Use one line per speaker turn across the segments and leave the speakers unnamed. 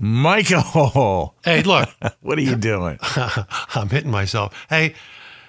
Michael,
Hey, look,
what are you doing?
I'm hitting myself. Hey,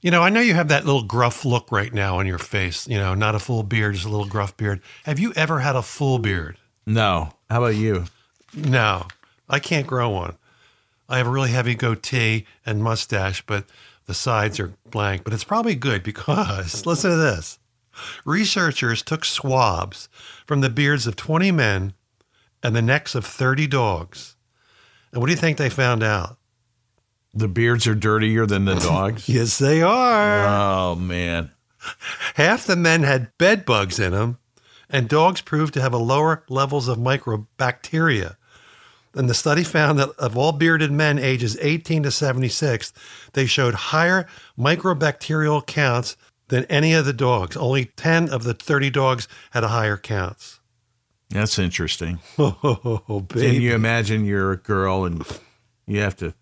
you know, I know you have that little gruff look right now on your face. You know, not a full beard, just a little gruff beard. Have you ever had a full beard?
No. How about you?
No, I can't grow one. I have a really heavy goatee and mustache, but the sides are blank. But it's probably good because listen to this. Researchers took swabs from the beards of 20 men and the necks of 30 dogs. And what do you think they found out?
The beards are dirtier than the dogs.
Yes, they are.
oh man.
Half the men had bed bugs in them, and dogs proved to have a lower levels of microbacteria. And the study found that of all bearded men ages 18 to 76, they showed higher microbacterial counts than any of the dogs. Only 10 of the 30 dogs had a higher counts.
That's interesting.
Oh,
Can
baby.
you imagine you're a girl and you have to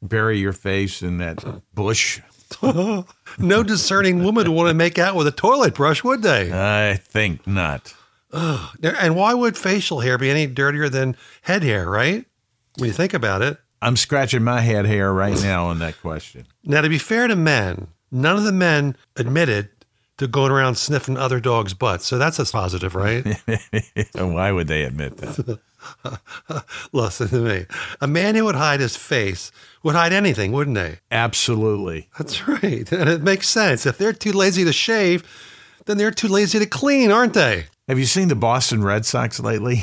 bury your face in that bush?
No discerning woman would want to make out with a toilet brush, would they?
I think not.
And why would facial hair be any dirtier than head hair, right? When you think about it.
I'm scratching my head hair right now on that question.
Now, to be fair to men, none of the men admitted to going around sniffing other dogs' butts. So that's a positive, right?
Why would they admit that?
Listen to me. A man who would hide his face would hide anything, wouldn't they?
Absolutely.
That's right. And it makes sense. If they're too lazy to shave, then they're too lazy to clean, aren't they?
Have you seen the Boston Red Sox lately?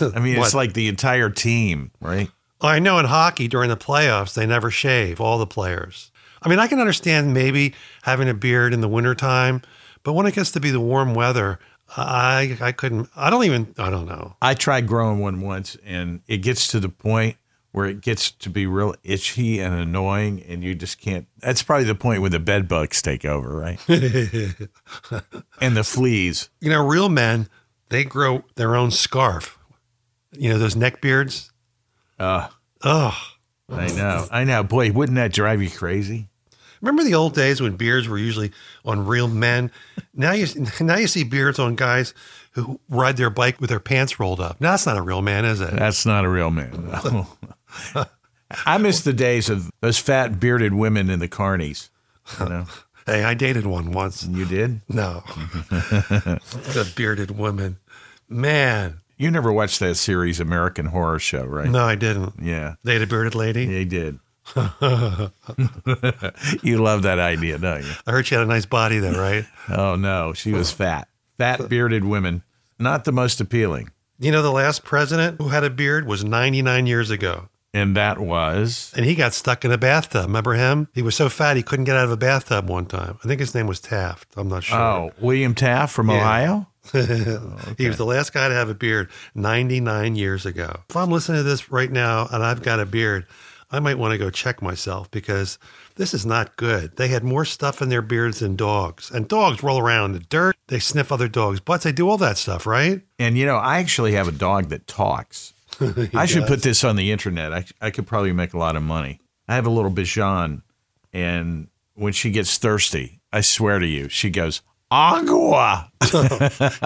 I mean,
What?
it's like the entire team, right?
I know in hockey during the playoffs, they never shave, all the players. I mean, I can understand maybe having a beard in the wintertime, but when it gets to be the warm weather, I, I couldn't, I don't even, I don't know.
I tried growing one once, and it gets to the point where it gets to be real itchy and annoying, and you just can't. That's probably the point where the bed bugs take over, right? and the fleas.
You know, real men, they grow their own scarf. You know, those neck beards.
Uh,
Ugh.
I know, I know. Boy, wouldn't that drive you crazy?
Remember the old days when beards were usually on real men? Now you now you see beards on guys who ride their bike with their pants rolled up. Now that's not a real man, is it?
That's not a real man. no. I miss the days of those fat bearded women in the carnies. You know,
Hey, I dated one once.
you did.
No. the bearded woman. Man.
You never watched that series, American Horror Show, right?
No, I didn't.
Yeah.
They had a bearded lady.
They did. you love that idea, don't you?
I heard she had a nice body though, right?
Oh no, she was fat. Fat bearded women, not the most appealing.
you know, the last president who had a beard was 99 years ago.
And that was
and he got stuck in a bathtub. Remember him? He was so fat he couldn't get out of a bathtub one time. I think his name was Taft. I'm not sure.
oh William Taft from Ohio.
He was the last guy to have a beard 99 years ago. If I'm listening to this right now and I've got a beard, I might want to go check myself because this is not good. They had more stuff in their beards than dogs. And dogs roll around in the dirt. They sniff other dogs' butts. They do all that stuff, right?
And you know, I actually have a dog that talks. I should put this on the internet. I I could probably make a lot of money. I have a little Bichon, and when she gets thirsty, I swear to you, she goes agua.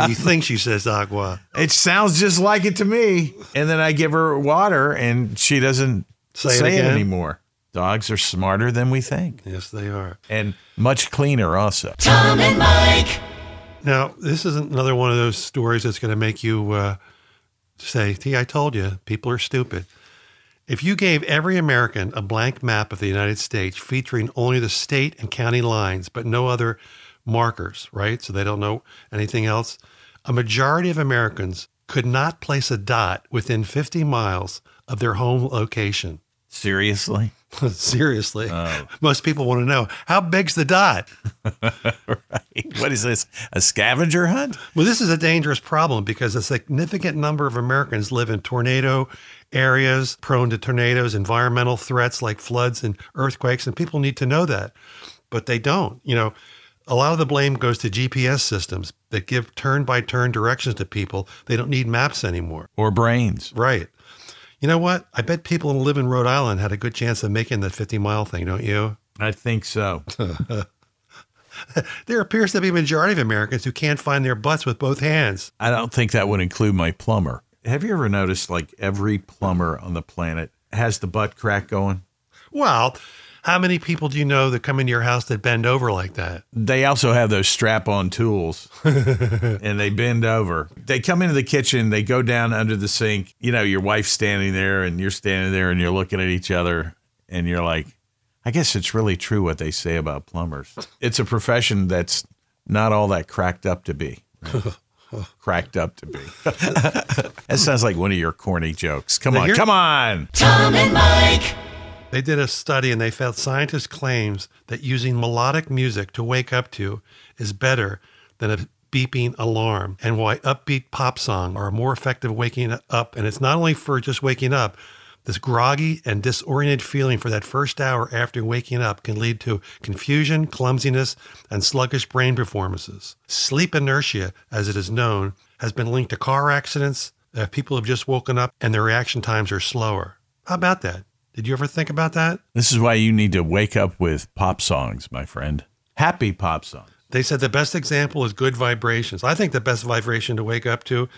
you think she says agua.
It sounds just like it to me. And then I give her water and she doesn't
Say
say,
it
it,
again.
anymore. Dogs are smarter than we think
Yes, they are.
and much cleaner also.
Tom and Mike.
Now, this is another one of those stories that's going to make you uh, say, T, I told you, people are stupid. If you gave every American a blank map of the United States featuring only the state and county lines, but no other markers, right? So they don't know anything else, a majority of Americans could not place a dot within 50 miles of their home location.
Seriously?
Seriously. Most people want to know how big's the dot?
What is this? A scavenger hunt?
Well, this is a dangerous problem because a significant number of Americans live in tornado areas prone to tornadoes, environmental threats like floods and earthquakes, and people need to know that. But they don't. You know, a lot of the blame goes to GPS systems that give turn by turn directions to people. They don't need maps anymore.
Or brains?
Right. You know what? I bet people who live in Rhode Island had a good chance of making the 50 mile thing, don't you?
I think so.
There appears to be a majority of Americans who can't find their butts with both hands.
I don't think that would include my plumber. have you ever noticed like every plumber on the planet has the butt crack going?
Well, how many people do you know that come into your house that bend over like that?
They also have those strap on tools and they bend over. They come into the kitchen, they go down under the sink. You know, your wife's standing there and you're standing there and you're looking at each other and you're like, I guess it's really true what they say about plumbers. It's a profession that's not all that cracked up to be. cracked up to be. that sounds like one of your corny jokes. Come on,
Here-
come on.
Tom and Mike.
They did a study and they found scientists claims that using melodic music to wake up to is better than a beeping alarm and why upbeat pop song are a more effective waking up and it's not only for just waking up this groggy and disoriented feeling for that first hour after waking up can lead to confusion, clumsiness, and sluggish brain performances. Sleep inertia, as it is known, has been linked to car accidents, uh, people have just woken up, and their reaction times are slower. How about that? Did you ever think about that?
This is why you need to wake up with pop songs, my friend. Happy pop songs.
They said the best example is good vibrations. I think the best vibration to wake up to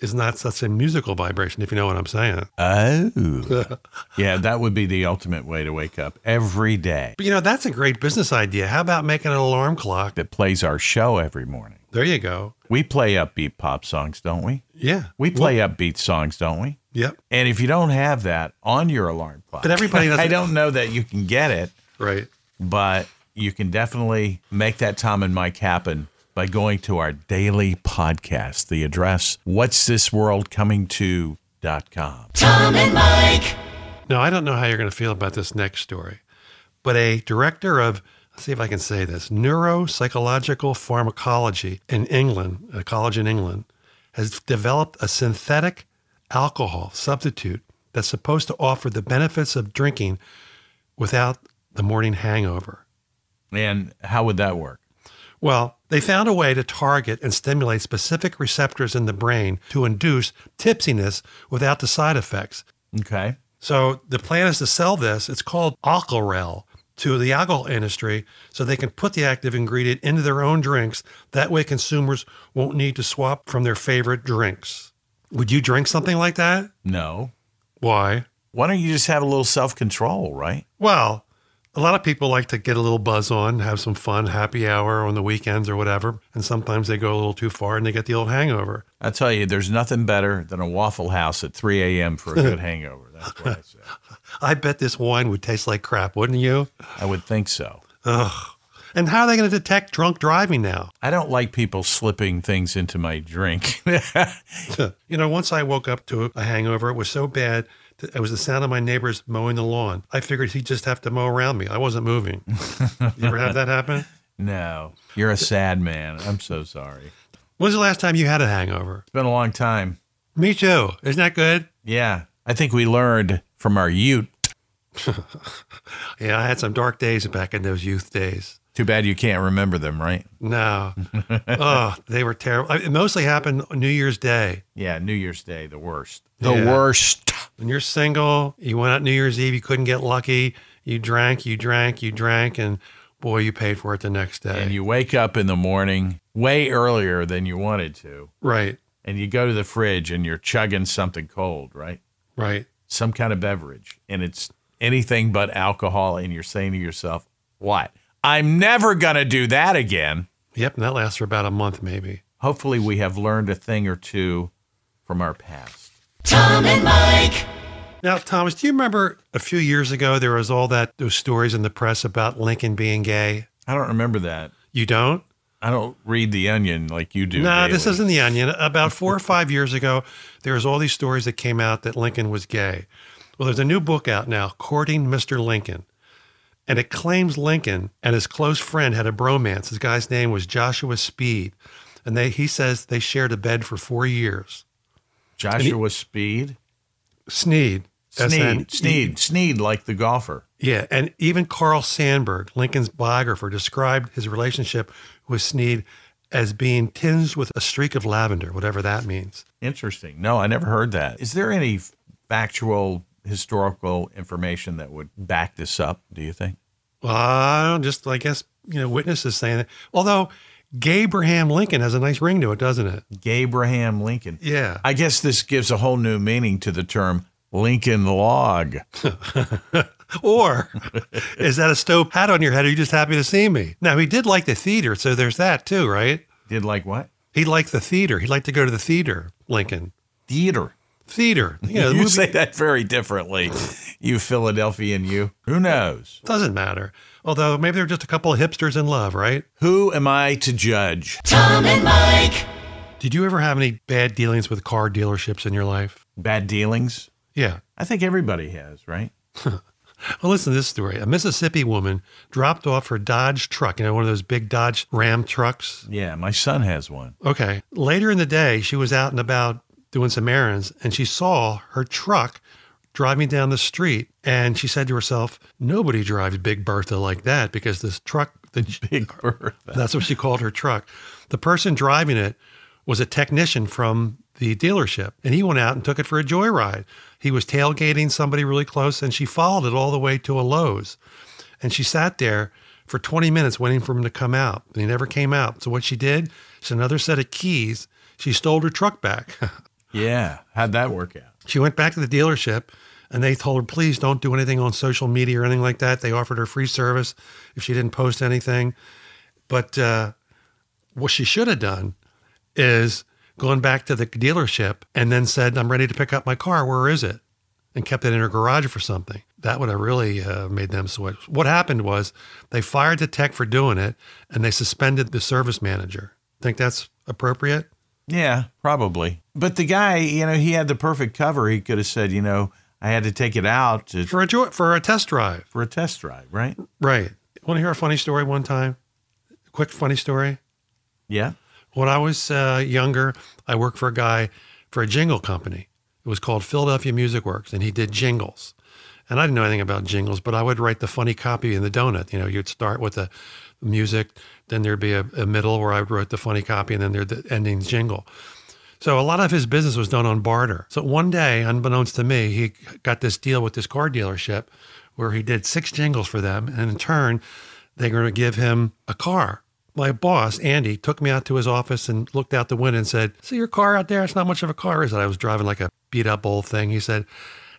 is not such a musical vibration, if you know what I'm saying.
Oh. yeah, that would be the ultimate way to wake up every day
But you know, that's a great business idea. How about making an alarm clock?
that plays our show every morning.
There you go.
We play upbeat pop songs, don't we?
Yeah.
We play upbeat songs, don't we?
Yep.
And if you don't have that on your alarm clock,
But everybody doesn't-
I don't know that you can get it,
Right.
but you can definitely make that Tom and Mike happen by going to our daily podcast. The address, what's this world coming to.com.
Tom and Mike.
Now, I don't know how you're going to feel about this next story, but a director of, let's see if I can say this, neuropsychological pharmacology in England, a college in England, has developed a synthetic alcohol substitute that's supposed to offer the benefits of drinking without the morning hangover.
And how would that work?
Well, they found a way to target and stimulate specific receptors in the brain to induce tipsiness without the side effects.
Okay.
So the plan is to sell this. It's called Alcorel to the alcohol industry so they can put the active ingredient into their own drinks. That way consumers won't need to swap from their favorite drinks. Would you drink something like that?
No.
Why?
Why don't you just have a little self control, right?
Well, a lot of people like to get a little buzz on, have some fun, happy hour on the weekends or whatever. And sometimes they go a little too far and they get the old hangover.
I tell you, there's nothing better than a Waffle House at 3 a.m. for a good hangover. That's what I say.
I bet this wine would taste like crap, wouldn't you?
I would think so.
And how are they going to detect drunk driving now?
I don't like people slipping things into my drink.
You know, once I woke up to a hangover, it was so bad that it was the sound of my neighbors mowing the lawn. I figured he'd just have to mow around me. I wasn't moving. you ever have that happen?
no, you're a sad man. I'm so sorry.
When's the last time you had a hangover?
It's been a long time.
Me too. Isn't that good?
Yeah. I think we learned from our youth.
Yeah, I had some dark days back in those youth days.
Too bad you can't remember them, right?
No. oh, they were terrible. I- It mostly happened on New Year's Day.
Yeah, New Year's Day, the worst. The
Yeah.
worst.
When you're single, you went out New Year's Eve, you couldn't get lucky. You drank, you drank, you drank, and boy, you paid for it the next day.
And you wake up in the morning way earlier than you wanted to.
right,
and you go to the fridge and you're chugging something cold, right?
right.
Some kind of beverage, and it's anything but alcohol, and you're saying to yourself, What? I'm never going to do that again.
Yep, and that lasts for about a month, maybe.
Hopefully, we have learned a thing or two from our past.
Tom and Mike.
Now, Thomas, do you remember a few years ago there was all that those stories in the press about Lincoln being gay?
I don't remember that.
You don't?
I don't read The Onion like you do.
no,
Daily.
this isn't the onion. About four or five years ago, there was all these stories that came out that Lincoln was gay. Well, there's a new book out now, Courting Mr. Lincoln. And it claims Lincoln and his close friend had a bromance. His guy's name was Joshua Speed. And they he says they shared a bed for four years.
Joshua Speed.
Sneed. E
Sneed,
S-N-E-E-D.
Sneed, Sneed, like the golfer.
Yeah, and even Carl Sandburg, Lincoln's biographer, described his relationship with Sneed as being tinged with a streak of lavender, whatever that means.
Interesting. No, I never heard that. Is there any factual, historical information that would back this up? Do you think?
Well, I don't just I guess you know witnesses saying that. Although Gabraham Lincoln has a nice ring to it, doesn't it?
Gabraham Lincoln.
Yeah.
I guess this gives a whole new meaning to the term Lincoln log.
Or is that a stove hat on your head? Are you just happy to see me? Now, he did like the theater, so there's that too, right?
Did like what?
He liked the theater. He liked to go to the theater, Lincoln.
Theater.
Theater. You know, the
you
movie
say that very differently, you Philadelphian you. Who knows?
doesn't matter. Although maybe they're just a couple of hipsters in love, right?
Who am I to judge?
Tom and Mike.
Did you ever have any bad dealings with car dealerships in your life?
Bad dealings?
Yeah.
I think everybody has, right?
Well, listen to this story. A Mississippi woman dropped off her Dodge truck, you know, one of those big Dodge Ram trucks.
Yeah, my son has one.
Okay. Later in the day, she was out and about doing some errands and she saw her truck driving down the street. And she said to herself, Nobody drives Big Bertha like that because this truck, the,
Big Bertha.
that's what she called her truck. The person driving it was a technician from the dealership, and he went out and took it for a joyride. He was tailgating somebody really close, and she followed it all the way to a Lowe's. And she sat there for 20 minutes waiting for him to come out. And he never came out. So what she did, is another set of keys. She stole her truck back.
Yeah. How'd that work out?
She went back to the dealership and they told her, please don't do anything on social media or anything like that. They offered her free service if she didn't post anything. But uh, what she should have done is gone back to the dealership and then said, I'm ready to pick up my car. Where is it? And kept it in her garage for something. That would have really uh, made them switch. What happened was they fired the tech for doing it and they suspended the service manager. Think that's appropriate?
Yeah, probably. But the guy, you know, he had the perfect cover. He could have said, you know, I had to take it out to,
For a, joy- for a test drive.
for a test drive, right?
Right. Want to hear a funny story one time? Quick funny story.
Yeah.
When I was uh, younger, I worked for a guy for a jingle company. It was called Philadelphia Music Works, and he did jingles. And I didn't know anything about jingles, but I would write the funny copy in the donut. You know, you'd start with the music, then there'd be a, a middle where I wrote the funny copy, and then there'd the ending jingle. So a lot of his business was done on barter. So one day, unbeknownst to me, he got this deal with this car dealership where he did six jingles for them. And in turn, they were going to give him a car. My boss, Andy, took me out to his office and looked out the window and said, See your car out there? It's not much of a car, is it? I was driving like a beat up old thing. He said,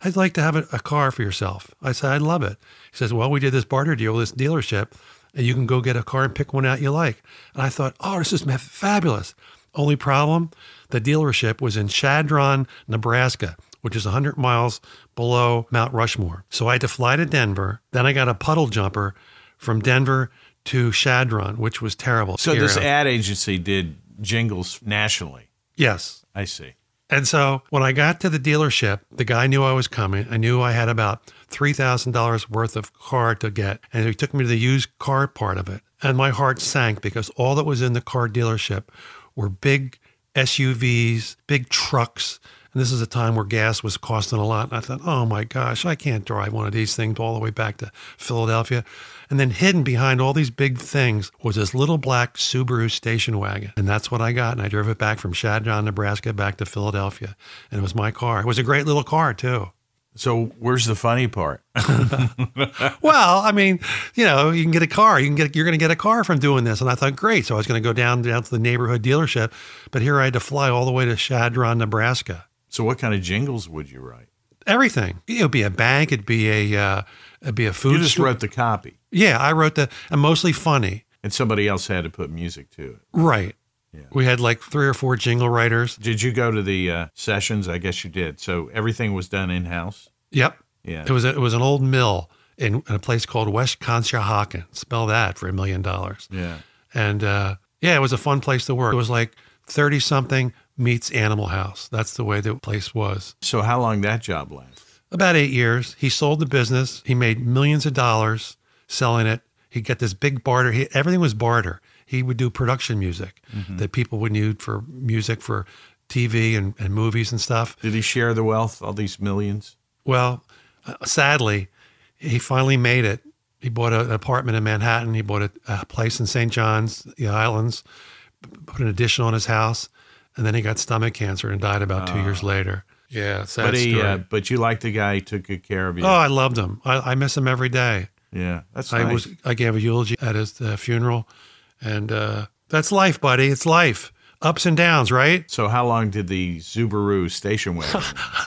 I'd like to have a, a car for yourself. I said, I'd love it. He says, Well, we did this barter deal with this dealership, and you can go get a car and pick one out you like. And I thought, Oh, this is ma- fabulous. Only problem, the dealership was in Chadron, Nebraska, which is 100 miles below Mount Rushmore. So I had to fly to Denver. Then I got a puddle jumper from Denver to Chadron, which was terrible.
So this
Here, uh,
ad agency did jingles nationally.
yes.
I see.
And so when I got to the dealership, the guy knew I was coming. I knew I had about $3,000 worth of car to get. And he took me to the used car part of it. And my heart sank because all that was in the car dealership were big SUVs, big trucks. And this is a time where gas was costing a lot. And I thought, oh my gosh, I can't drive one of these things all the way back to Philadelphia. And then hidden behind all these big things was this little black Subaru station wagon. And that's what I got. And I drove it back from Chadron, Nebraska, back to Philadelphia. And it was my car. It was a great little car, too.
So where's the funny part?
Well, I mean, you know, you can get a car. You can get you're going to get a car from doing this. And I thought, great. So I was going to go down down to the neighborhood dealership, but here I had to fly all the way to Chadron, Nebraska.
So what kind of jingles would you write?
Everything. It would be a bank. It'd be a uh, it'd be a food.
You just
store.
wrote the copy,
Yeah, I wrote the and mostly funny.
and somebody else had to put music to it.
Right.
Yeah.
We had like three or four jingle writers.
Did you go to the uh, sessions? I guess you did. So everything was done in house.
Yep.
Yeah.
It was a, it was an old mill in, in a place called West Conshohocken. Spell that for a million dollars.
yeah.
And uh, yeah, it was a fun place to work. It was like 30 something meets Animal House. That's the way the place was.
So how long that job last?
About eight years, he sold the business. He made millions of dollars selling it. He got this big barter. He, everything was barter. He would do production music
Mm-hmm.
that people would need for music for TV and, and movies and stuff.
Did he share the wealth? All these millions?
Well, uh, sadly, he finally made it. He bought a- an apartment in Manhattan. He bought a, a place in St. John's, the islands, p- put an addition on his house, and then he got stomach cancer and died about two years later. Yeah, sad
Ah. but he,
story.
uh, but you like the guy. He took good care of you.
oh, I loved him. I, I miss him every day.
yeah. That's
I
nice.
was I gave a eulogy at his uh, funeral, and uh, That's life, buddy. It's life. Ups and downs, right?
So how long did the Subaru station wagon?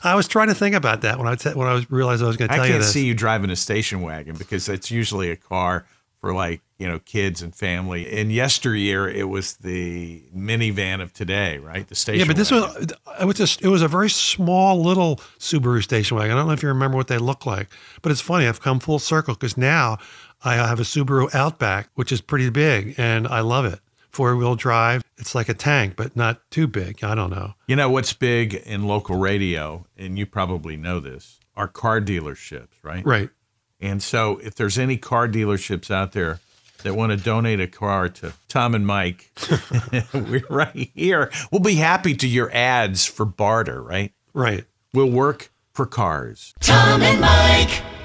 I was trying to think about that when I te- when I was realized I was going to
I
tell you
can't
this.
see you driving a station wagon because it's usually a car for like, you know, kids and family. In yesteryear, it was the minivan of today, right? The station
yeah, but this
wagon.
was it was just it was a very small little Subaru station wagon. I don't know if you remember what they look like, but it's funny. I've come full circle because now I have a Subaru Outback, which is pretty big, and I love it. Four wheel drive. It's like a tank, but not too big. I don't know.
You know what's big in local radio, and you probably know this, are car dealerships, right?
Right.
And so if there's any car dealerships out there that want to donate a car to Tom and Mike, we're right here. We'll be happy to your ads for barter, right?
Right.
We'll work for cars.
Tom and Mike.